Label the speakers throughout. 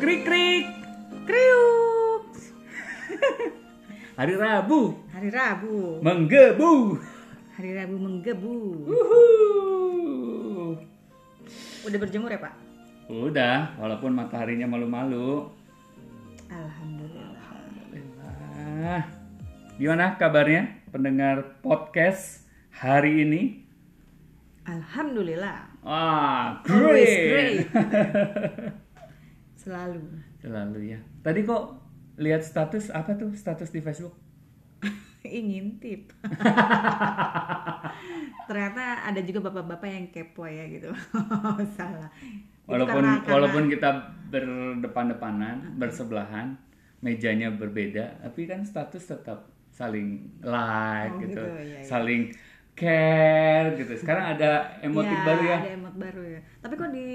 Speaker 1: Krik krik. Kriuk. Hari Rabu
Speaker 2: Hari Rabu.
Speaker 1: menggebu.
Speaker 2: Hari Rabu menggebu.
Speaker 1: Wuhuu.
Speaker 2: Udah berjemur ya, Pak?
Speaker 1: Udah, walaupun mataharinya malu-malu.
Speaker 2: Alhamdulillah.
Speaker 1: Alhamdulillah. Ah, Gimana kabarnya pendengar podcast hari ini?
Speaker 2: Alhamdulillah.
Speaker 1: Ah,
Speaker 2: Always
Speaker 1: great.
Speaker 2: Selalu.
Speaker 1: Lalu ya. Tadi kok lihat status apa tuh status di Facebook?
Speaker 2: Ingin tip. Ternyata ada juga bapak-bapak yang kepo ya gitu. Salah. Itu
Speaker 1: Walaupun
Speaker 2: karena- karena-
Speaker 1: walaupun kita berdepan-depanan, bersebelahan, mejanya berbeda, tapi kan status tetap saling like
Speaker 2: Oh,
Speaker 1: gitu,
Speaker 2: gitu, iya, iya.
Speaker 1: saling care gitu. Sekarang ada emotif
Speaker 2: Ya,
Speaker 1: baru ya.
Speaker 2: Ada emot baru ya. Tapi kok di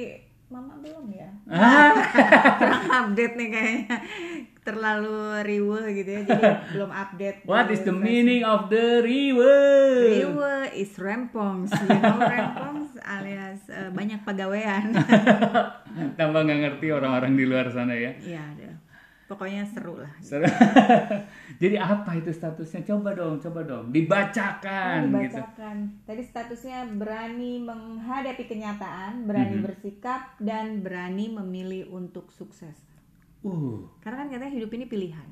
Speaker 2: Mama belum ya?
Speaker 1: Ah,
Speaker 2: Kurang update nih kayaknya. Terlalu riwe gitu ya. Jadi belum update.
Speaker 1: what is the
Speaker 2: Terus-
Speaker 1: meaning of the reward?
Speaker 2: Riwe is rempongs, you know rempongs alias eh, banyak pegawaian.
Speaker 1: Tambah nggak ngerti orang-orang di luar sana ya.
Speaker 2: Iya, ada. Pokoknya seru lah.
Speaker 1: Seru. Jadi apa itu statusnya? Coba dong, coba dong,
Speaker 2: Oh,
Speaker 1: dibacakan gitu.
Speaker 2: Dibacakan. Tadi statusnya berani menghadapi kenyataan, berani
Speaker 1: Mm-hmm.
Speaker 2: bersikap dan berani memilih untuk sukses.
Speaker 1: Uh,
Speaker 2: Karena kan katanya hidup ini pilihan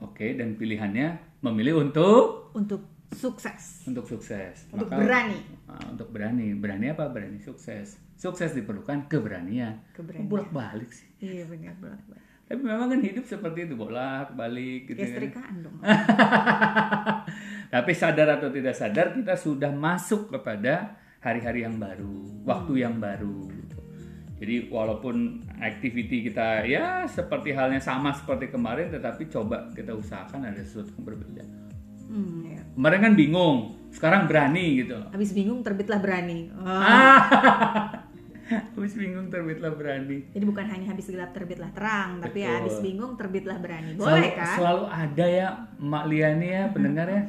Speaker 1: oke dan pilihannya memilih untuk
Speaker 2: untuk sukses,
Speaker 1: untuk sukses.
Speaker 2: untuk
Speaker 1: Maka-
Speaker 2: berani.
Speaker 1: Ah, untuk berani, berani apa? Berani sukses. Sukses diperlukan keberanian.
Speaker 2: Keberanian.
Speaker 1: Bolak balik sih.
Speaker 2: Iya benar bolak
Speaker 1: Tapi memang kan hidup seperti itu bolak balik gitu.
Speaker 2: Ya
Speaker 1: kan.
Speaker 2: setrikaan dong.
Speaker 1: Tapi sadar atau tidak sadar kita sudah masuk kepada hari-hari yang baru, waktu yang baru. gitu. Jadi walaupun activity kita ya seperti halnya sama seperti kemarin, tetapi coba kita usahakan ada sesuatu yang berbeda.
Speaker 2: Hmm, ya.
Speaker 1: Kemarin kan bingung, sekarang berani gitu.
Speaker 2: Habis bingung terbitlah berani. Oh, Wah.
Speaker 1: Habis bingung terbitlah berani.
Speaker 2: Jadi bukan hanya habis gelap terbitlah terang, tapi
Speaker 1: Betul.
Speaker 2: habis bingung terbitlah berani.
Speaker 1: selalu,
Speaker 2: Boleh kan?
Speaker 1: selalu ada ya Mak Liani ya pendengar ya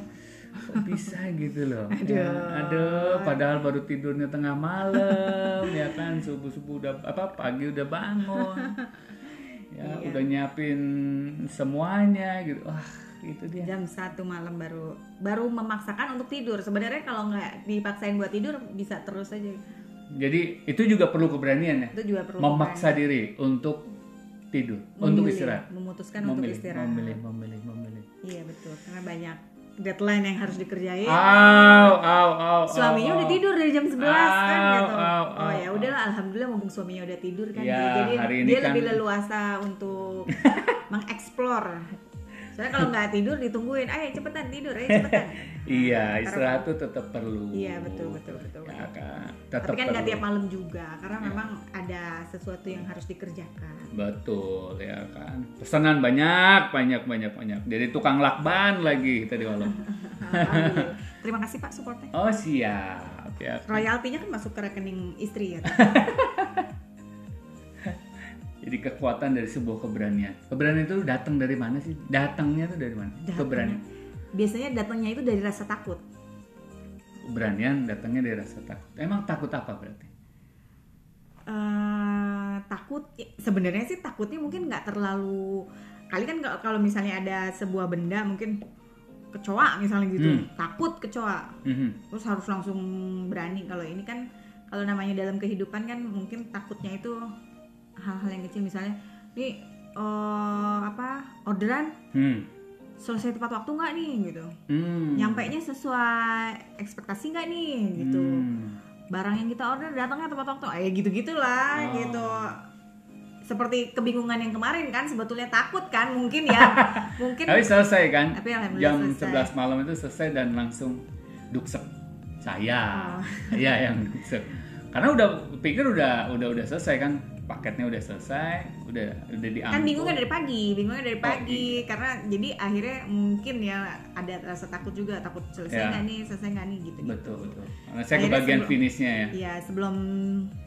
Speaker 1: Kok bisa gitu loh
Speaker 2: Aduh.
Speaker 1: Ya, aduh padahal baru tidurnya tengah malam ya kan subuh-subuh udah apa pagi udah bangun ya
Speaker 2: Iya.
Speaker 1: udah nyiapin semuanya gitu wah itu dia
Speaker 2: Jam satu malam baru baru memaksakan untuk tidur. Sebenarnya kalau nggak dipaksain buat tidur bisa terus aja.
Speaker 1: jadi itu juga perlu keberanian ya
Speaker 2: Itu juga perlu
Speaker 1: memaksa diri untuk tidur untuk
Speaker 2: memilih,
Speaker 1: istirahat
Speaker 2: memutuskan untuk
Speaker 1: memilih
Speaker 2: istirahat.
Speaker 1: memilih memilih memilih
Speaker 2: Iya betul, karena banyak deadline yang harus dikerjain.
Speaker 1: Au, au, au,
Speaker 2: Suaminya
Speaker 1: au,
Speaker 2: udah
Speaker 1: au.
Speaker 2: tidur dari jam 11 kan
Speaker 1: Au,
Speaker 2: gitu.
Speaker 1: au, au,
Speaker 2: oh ya udahlah alhamdulillah mumpung suaminya udah tidur kan.
Speaker 1: Ya,
Speaker 2: jadi
Speaker 1: hari ini
Speaker 2: dia
Speaker 1: kan-
Speaker 2: lebih leluasa untuk mengeksplor. Soalnya kalau nggak tidur ditungguin, ayo cepetan tidur, ayo cepetan.
Speaker 1: Iya, istirahat tuh tetap perlu.
Speaker 2: Iya betul betul betul.
Speaker 1: Ya, kan?
Speaker 2: Tapi
Speaker 1: Tetap
Speaker 2: kan nggak
Speaker 1: perlu. Iya.
Speaker 2: tiap malam juga, karena memang ada sesuatu yang harus dikerjakan.
Speaker 1: Betul ya kan. Pesanan banyak, banyak, banyak, banyak. Jadi tukang lakban lagi tadi kalau.
Speaker 2: Alhamdulillah. Terima kasih Pak supportnya.
Speaker 1: Oh siap ya.
Speaker 2: Royaltinya kan masuk ke rekening istri ya.
Speaker 1: Jadi kekuatan dari sebuah keberanian. Keberanian itu datang dari mana sih? Datangnya tuh dari mana? Keberanian.
Speaker 2: Biasanya datangnya itu dari rasa takut.
Speaker 1: Keberanian datangnya dari rasa takut. Emang takut apa berarti?
Speaker 2: eh takut sebenarnya sih takutnya mungkin nggak terlalu kali kan kalau- kalau misalnya ada sebuah benda mungkin kecoa misalnya gitu
Speaker 1: Hmm.
Speaker 2: takut kecoa
Speaker 1: Mhm.
Speaker 2: terus harus langsung berani kalau ini kan kalau namanya dalam kehidupan kan mungkin takutnya itu hal-hal yang kecil misalnya nih eh, apa orderan
Speaker 1: Hmm.
Speaker 2: selesai tepat waktu nggak nih gitu
Speaker 1: Hmm.
Speaker 2: nyampe nya sesuai ekspektasi nggak nih gitu
Speaker 1: Hmm.
Speaker 2: barang yang kita order datangnya tepat waktu ya gitu gitulah
Speaker 1: Oh.
Speaker 2: gitu seperti kebingungan yang kemarin kan sebetulnya takut kan mungkin ya mungkin
Speaker 1: Tapi selesai kan?
Speaker 2: Tapi
Speaker 1: Jam
Speaker 2: alhamdulillah selesai.
Speaker 1: 11 malam itu selesai dan langsung duksek. Saya,
Speaker 2: Oh.
Speaker 1: saya yang duksek. Karena udah pikir udah udah udah selesai kan paketnya udah selesai, udah udah diambil.
Speaker 2: kan bingungnya dari pagi bingungnya
Speaker 1: Oh,
Speaker 2: dari pagi
Speaker 1: iya.
Speaker 2: karena jadi akhirnya mungkin ya ada rasa takut juga takut
Speaker 1: Ya.
Speaker 2: selesai nggak nih selesai nggak nih gitu
Speaker 1: Betul betul. Karena saya ke
Speaker 2: Akhirnya
Speaker 1: bagian
Speaker 2: sebelum-
Speaker 1: finishnya ya.
Speaker 2: ya sebelum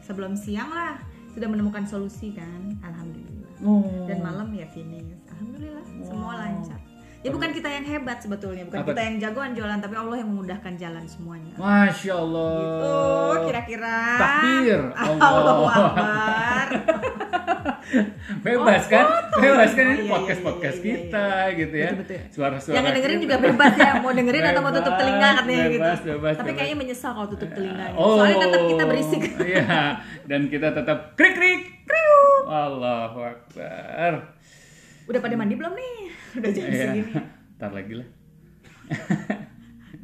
Speaker 2: sebelum siang lah sudah menemukan solusi kan alhamdulillah
Speaker 1: Oh.
Speaker 2: dan malam ya finish alhamdulillah semua
Speaker 1: Wow.
Speaker 2: lancar ya bukan kita yang hebat sebetulnya bukan
Speaker 1: Apa
Speaker 2: kita yang jagoan jualan tapi Allah yang memudahkan jalan semuanya
Speaker 1: Masya Allah.
Speaker 2: gitu kira-kira
Speaker 1: Oh, Takbir.
Speaker 2: Allah
Speaker 1: Allah.
Speaker 2: Akbar
Speaker 1: bebas
Speaker 2: Oh,
Speaker 1: kan
Speaker 2: foto.
Speaker 1: bebas kan
Speaker 2: Oh,
Speaker 1: ini
Speaker 2: iya, iya,
Speaker 1: podcast podcast
Speaker 2: iya, iya, iya,
Speaker 1: kita gitu ya
Speaker 2: Betul, betul.
Speaker 1: suara-suara
Speaker 2: Yang dengerin
Speaker 1: kita.
Speaker 2: juga bebas ya, mau dengerin atau mau tutup
Speaker 1: Bebas,
Speaker 2: telinga katanya gitu.
Speaker 1: bebas, bebas,
Speaker 2: Tapi
Speaker 1: bebas.
Speaker 2: kayaknya menyesal kalau tutup telinga. Nah, gitu. Soalnya tetap kita berisik.
Speaker 1: Oh, Iya, dan kita tetap krik krik kriu. Allahu Akbar.
Speaker 2: Udah pada mandi belum nih? Udah jam
Speaker 1: Iya.
Speaker 2: segini.
Speaker 1: Ntar lagi lah.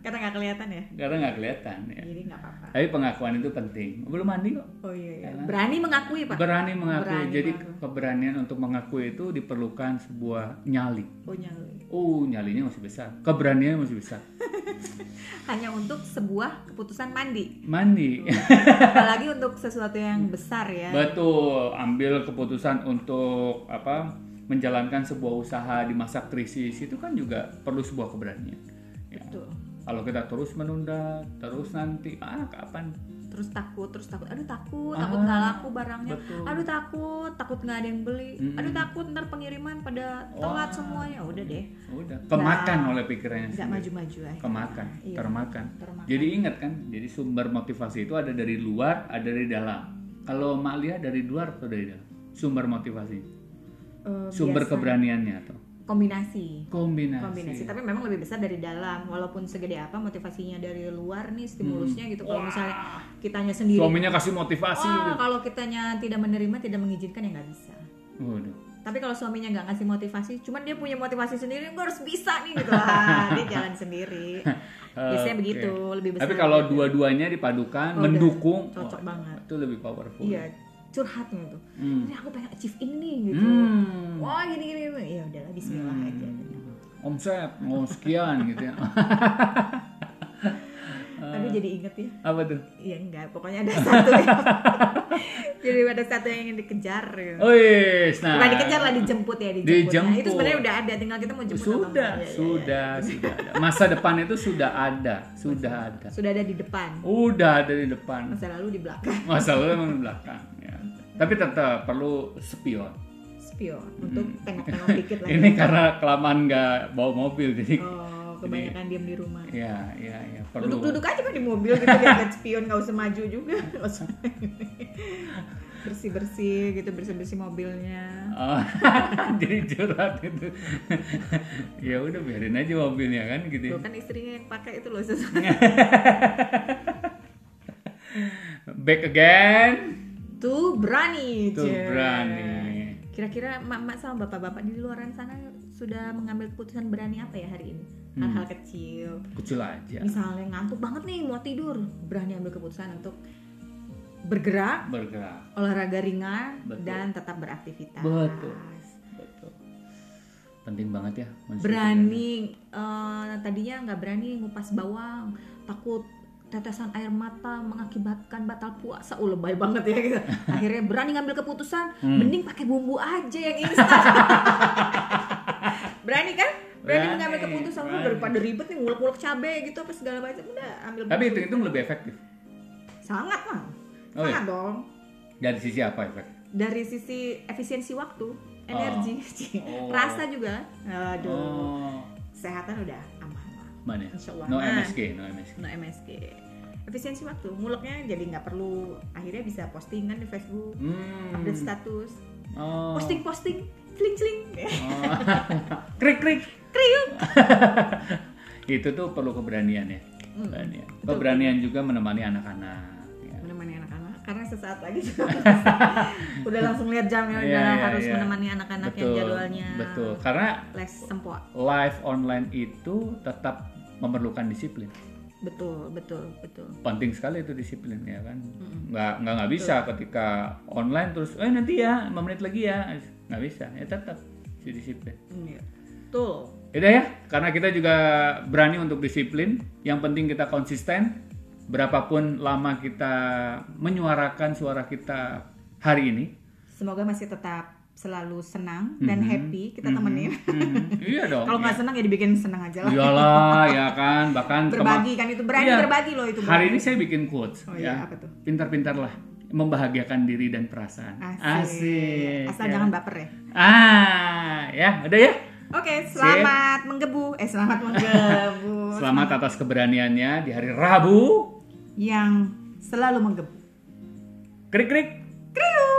Speaker 2: Karena nggak kelihatan ya.
Speaker 1: Karena nggak kelihatan ya.
Speaker 2: Jadi nggak apa-apa.
Speaker 1: Tapi pengakuan itu penting. Belum mandi kok.
Speaker 2: Oh iya, iya. Berani mengakui pak.
Speaker 1: Berani mengakui.
Speaker 2: Berani
Speaker 1: Jadi
Speaker 2: mengakui.
Speaker 1: keberanian untuk mengakui itu diperlukan sebuah nyali.
Speaker 2: Oh nyali.
Speaker 1: Oh, nyalinya masih besar. Keberaniannya masih besar.
Speaker 2: Hanya untuk sebuah keputusan mandi.
Speaker 1: Mandi.
Speaker 2: Iya. Apalagi untuk sesuatu yang besar ya.
Speaker 1: Betul, ambil keputusan untuk apa? menjalankan sebuah usaha di masa krisis itu kan juga perlu sebuah keberanian. Ya.
Speaker 2: Betul.
Speaker 1: Kalau kita terus menunda, terus nanti, ah kapan?
Speaker 2: Terus takut, terus takut. Aduh takut,
Speaker 1: Ah,
Speaker 2: takut nggak laku barangnya.
Speaker 1: betul.
Speaker 2: Aduh takut, takut nggak ada yang beli.
Speaker 1: Mm-mm.
Speaker 2: Aduh takut ntar pengiriman pada telat semuanya. Udah deh,
Speaker 1: Ya Udah, kemakan oleh pikirannya
Speaker 2: nggak
Speaker 1: sendiri.
Speaker 2: maju-maju aja.
Speaker 1: Kemakan,
Speaker 2: Iya,
Speaker 1: termakan.
Speaker 2: termakan.
Speaker 1: Jadi ingat kan, jadi sumber motivasi itu ada dari luar, ada dari dalam. Kalau Mak Lia dari luar atau dari dalam? Sumber motivasi,
Speaker 2: Eh,
Speaker 1: sumber
Speaker 2: biasa.
Speaker 1: keberaniannya atau
Speaker 2: Kombinasi.
Speaker 1: kombinasi.
Speaker 2: kombinasi tapi memang lebih besar dari dalam walaupun segede apa motivasinya dari luar nih stimulusnya gitu kalau misalnya kitanya sendiri
Speaker 1: Suaminya kasih motivasi.
Speaker 2: wah kalau kitanya tidak menerima tidak mengizinkan ya nggak bisa
Speaker 1: Waduh.
Speaker 2: tapi kalau suaminya nggak ngasih motivasi cuman dia punya motivasi sendiri gue harus bisa nih gitu lah dia jalan sendiri biasanya
Speaker 1: Oke.
Speaker 2: begitu lebih besar
Speaker 1: Tapi kalau dua-duanya dipadukan,
Speaker 2: Oh, udah.
Speaker 1: mendukung,
Speaker 2: Cocok
Speaker 1: wah,
Speaker 2: banget.
Speaker 1: Itu lebih powerful.
Speaker 2: iya curhatnya tuh
Speaker 1: Hmm.
Speaker 2: ini aku pengen achieve ini nih gitu
Speaker 1: Hmm. Eh.
Speaker 2: wah gini gini gini. ya udahlah Bismillah aja
Speaker 1: Omset mau sekian gitu ya.
Speaker 2: aduh jadi inget ya
Speaker 1: Apa tuh?
Speaker 2: Iya enggak, pokoknya ada satu yang Jadi ada satu yang ingin dikejar ya.
Speaker 1: Oh, yes. nah.
Speaker 2: Bukan dikejar lah, dijemput ya dijemput.
Speaker 1: Dijemput.
Speaker 2: Nah, itu sebenarnya udah ada, tinggal kita mau jemput atau enggak.
Speaker 1: Sudah,
Speaker 2: Ya, ya, ya.
Speaker 1: sudah, sudah. ada. Masa depan itu sudah ada, sudah ada.
Speaker 2: iya. Sudah ada di depan,
Speaker 1: Udah ada di depan.
Speaker 2: masa lalu di belakang.
Speaker 1: Masa lalu emang di belakang. Ya. Tapi tetap perlu spion.
Speaker 2: Spion untuk tengok-tengok dikit lah.
Speaker 1: Hmm.
Speaker 2: ya.
Speaker 1: Ini kan- karena kelamaan nggak bawa mobil jadi.
Speaker 2: Oh, kebanyakan diam di rumah.
Speaker 1: Ya, ya, ya. Perlu.
Speaker 2: Duduk-duduk aja kan di mobil gitu lihat spion nggak usah maju juga. Nggak usah. Bersih-bersih gitu, bersih-bersih mobilnya.
Speaker 1: Oh, jadi curhat itu ya udah biarin aja mobilnya kan gitu ya.
Speaker 2: Tuh kan istrinya yang pakai itu loh sesuatu.
Speaker 1: back again
Speaker 2: Tuh berani,
Speaker 1: Tuh
Speaker 2: Jen.
Speaker 1: berani.
Speaker 2: Kira-kira emak-emak sama bapak-bapak di luaran sana sudah mengambil keputusan berani apa ya hari ini? Hal-hal
Speaker 1: Hmm.
Speaker 2: kecil.
Speaker 1: kecil aja
Speaker 2: Misalnya ngantuk banget nih mau tidur, berani ambil keputusan untuk bergerak,
Speaker 1: bergerak
Speaker 2: olahraga ringan
Speaker 1: Betul.
Speaker 2: dan tetap beraktivitas.
Speaker 1: Betul. betul penting banget ya manusia.
Speaker 2: Berani eh, tadinya nggak berani ngupas bawang, takut tetesan air mata mengakibatkan batal puasa. Oh, lebay banget ya gitu. Akhirnya berani ngambil keputusan,
Speaker 1: Hmm.
Speaker 2: mending pakai bumbu aja yang instan. berani kan? Berani,
Speaker 1: Berani,
Speaker 2: mengambil keputusan lu
Speaker 1: berani.
Speaker 2: daripada ribet nih ngulek-ngulek cabe gitu apa segala macam. Udah ambil.
Speaker 1: tapi itu itu lebih efektif
Speaker 2: Sangat lah.
Speaker 1: Oh,
Speaker 2: Sangat dong.
Speaker 1: dari sisi apa efek
Speaker 2: Dari sisi efisiensi waktu, energi,
Speaker 1: Oh.
Speaker 2: rasa juga. Aduh,
Speaker 1: oh
Speaker 2: kesehatan udah aman lah.
Speaker 1: mana
Speaker 2: Insya Allah.
Speaker 1: no
Speaker 2: Nah.
Speaker 1: MSG no MSG
Speaker 2: no MSG efisiensi waktu muleknya jadi nggak perlu akhirnya bisa postingan di Facebook
Speaker 1: hmm.
Speaker 2: update status
Speaker 1: oh.
Speaker 2: posting posting celing celing
Speaker 1: Oh. krik krik
Speaker 2: kriuk
Speaker 1: itu tuh perlu keberanian ya
Speaker 2: Hmm.
Speaker 1: keberanian keberanian juga menemani anak-anak ya.
Speaker 2: menemani anak-anak karena sesaat lagi juga udah langsung lihat jam ya udah
Speaker 1: Iya, iya,
Speaker 2: harus
Speaker 1: iya.
Speaker 2: menemani anak-anak yang
Speaker 1: Betul,
Speaker 2: jadwalnya
Speaker 1: betul karena
Speaker 2: les sempoa
Speaker 1: live online itu tetap memerlukan disiplin
Speaker 2: betul betul betul
Speaker 1: penting sekali itu disiplin ya kan nggak nggak nggak bisa ketika online terus eh nanti ya 5 menit lagi ya nggak bisa ya tetap si disiplin
Speaker 2: Iya. tuh
Speaker 1: Yaudah ya karena kita juga berani untuk disiplin yang penting kita konsisten berapapun lama kita menyuarakan suara kita hari ini
Speaker 2: semoga masih tetap selalu senang dan
Speaker 1: Mm-hmm.
Speaker 2: happy kita temenin
Speaker 1: Mhm. iya dong
Speaker 2: Mm-hmm. kalau nggak senang ya dibikin senang aja lah
Speaker 1: iyalah ya kan bahkan kema-
Speaker 2: berbagi kan itu berani
Speaker 1: Iya.
Speaker 2: berbagi loh itu
Speaker 1: Hari ini saya bikin quotes.
Speaker 2: Oh iya,
Speaker 1: ya.
Speaker 2: apa tuh?
Speaker 1: Pintar-pintarlah membahagiakan diri dan perasaan.
Speaker 2: Asik. Asal
Speaker 1: ya.
Speaker 2: jangan baper ya.
Speaker 1: Ah, ya, udah ya.
Speaker 2: Oke, selamat menggebu. Eh, selamat menggebu.
Speaker 1: Selamat atas keberaniannya di hari Rabu.
Speaker 2: Yang selalu menggebu.
Speaker 1: Krik krik.
Speaker 2: Kriuk.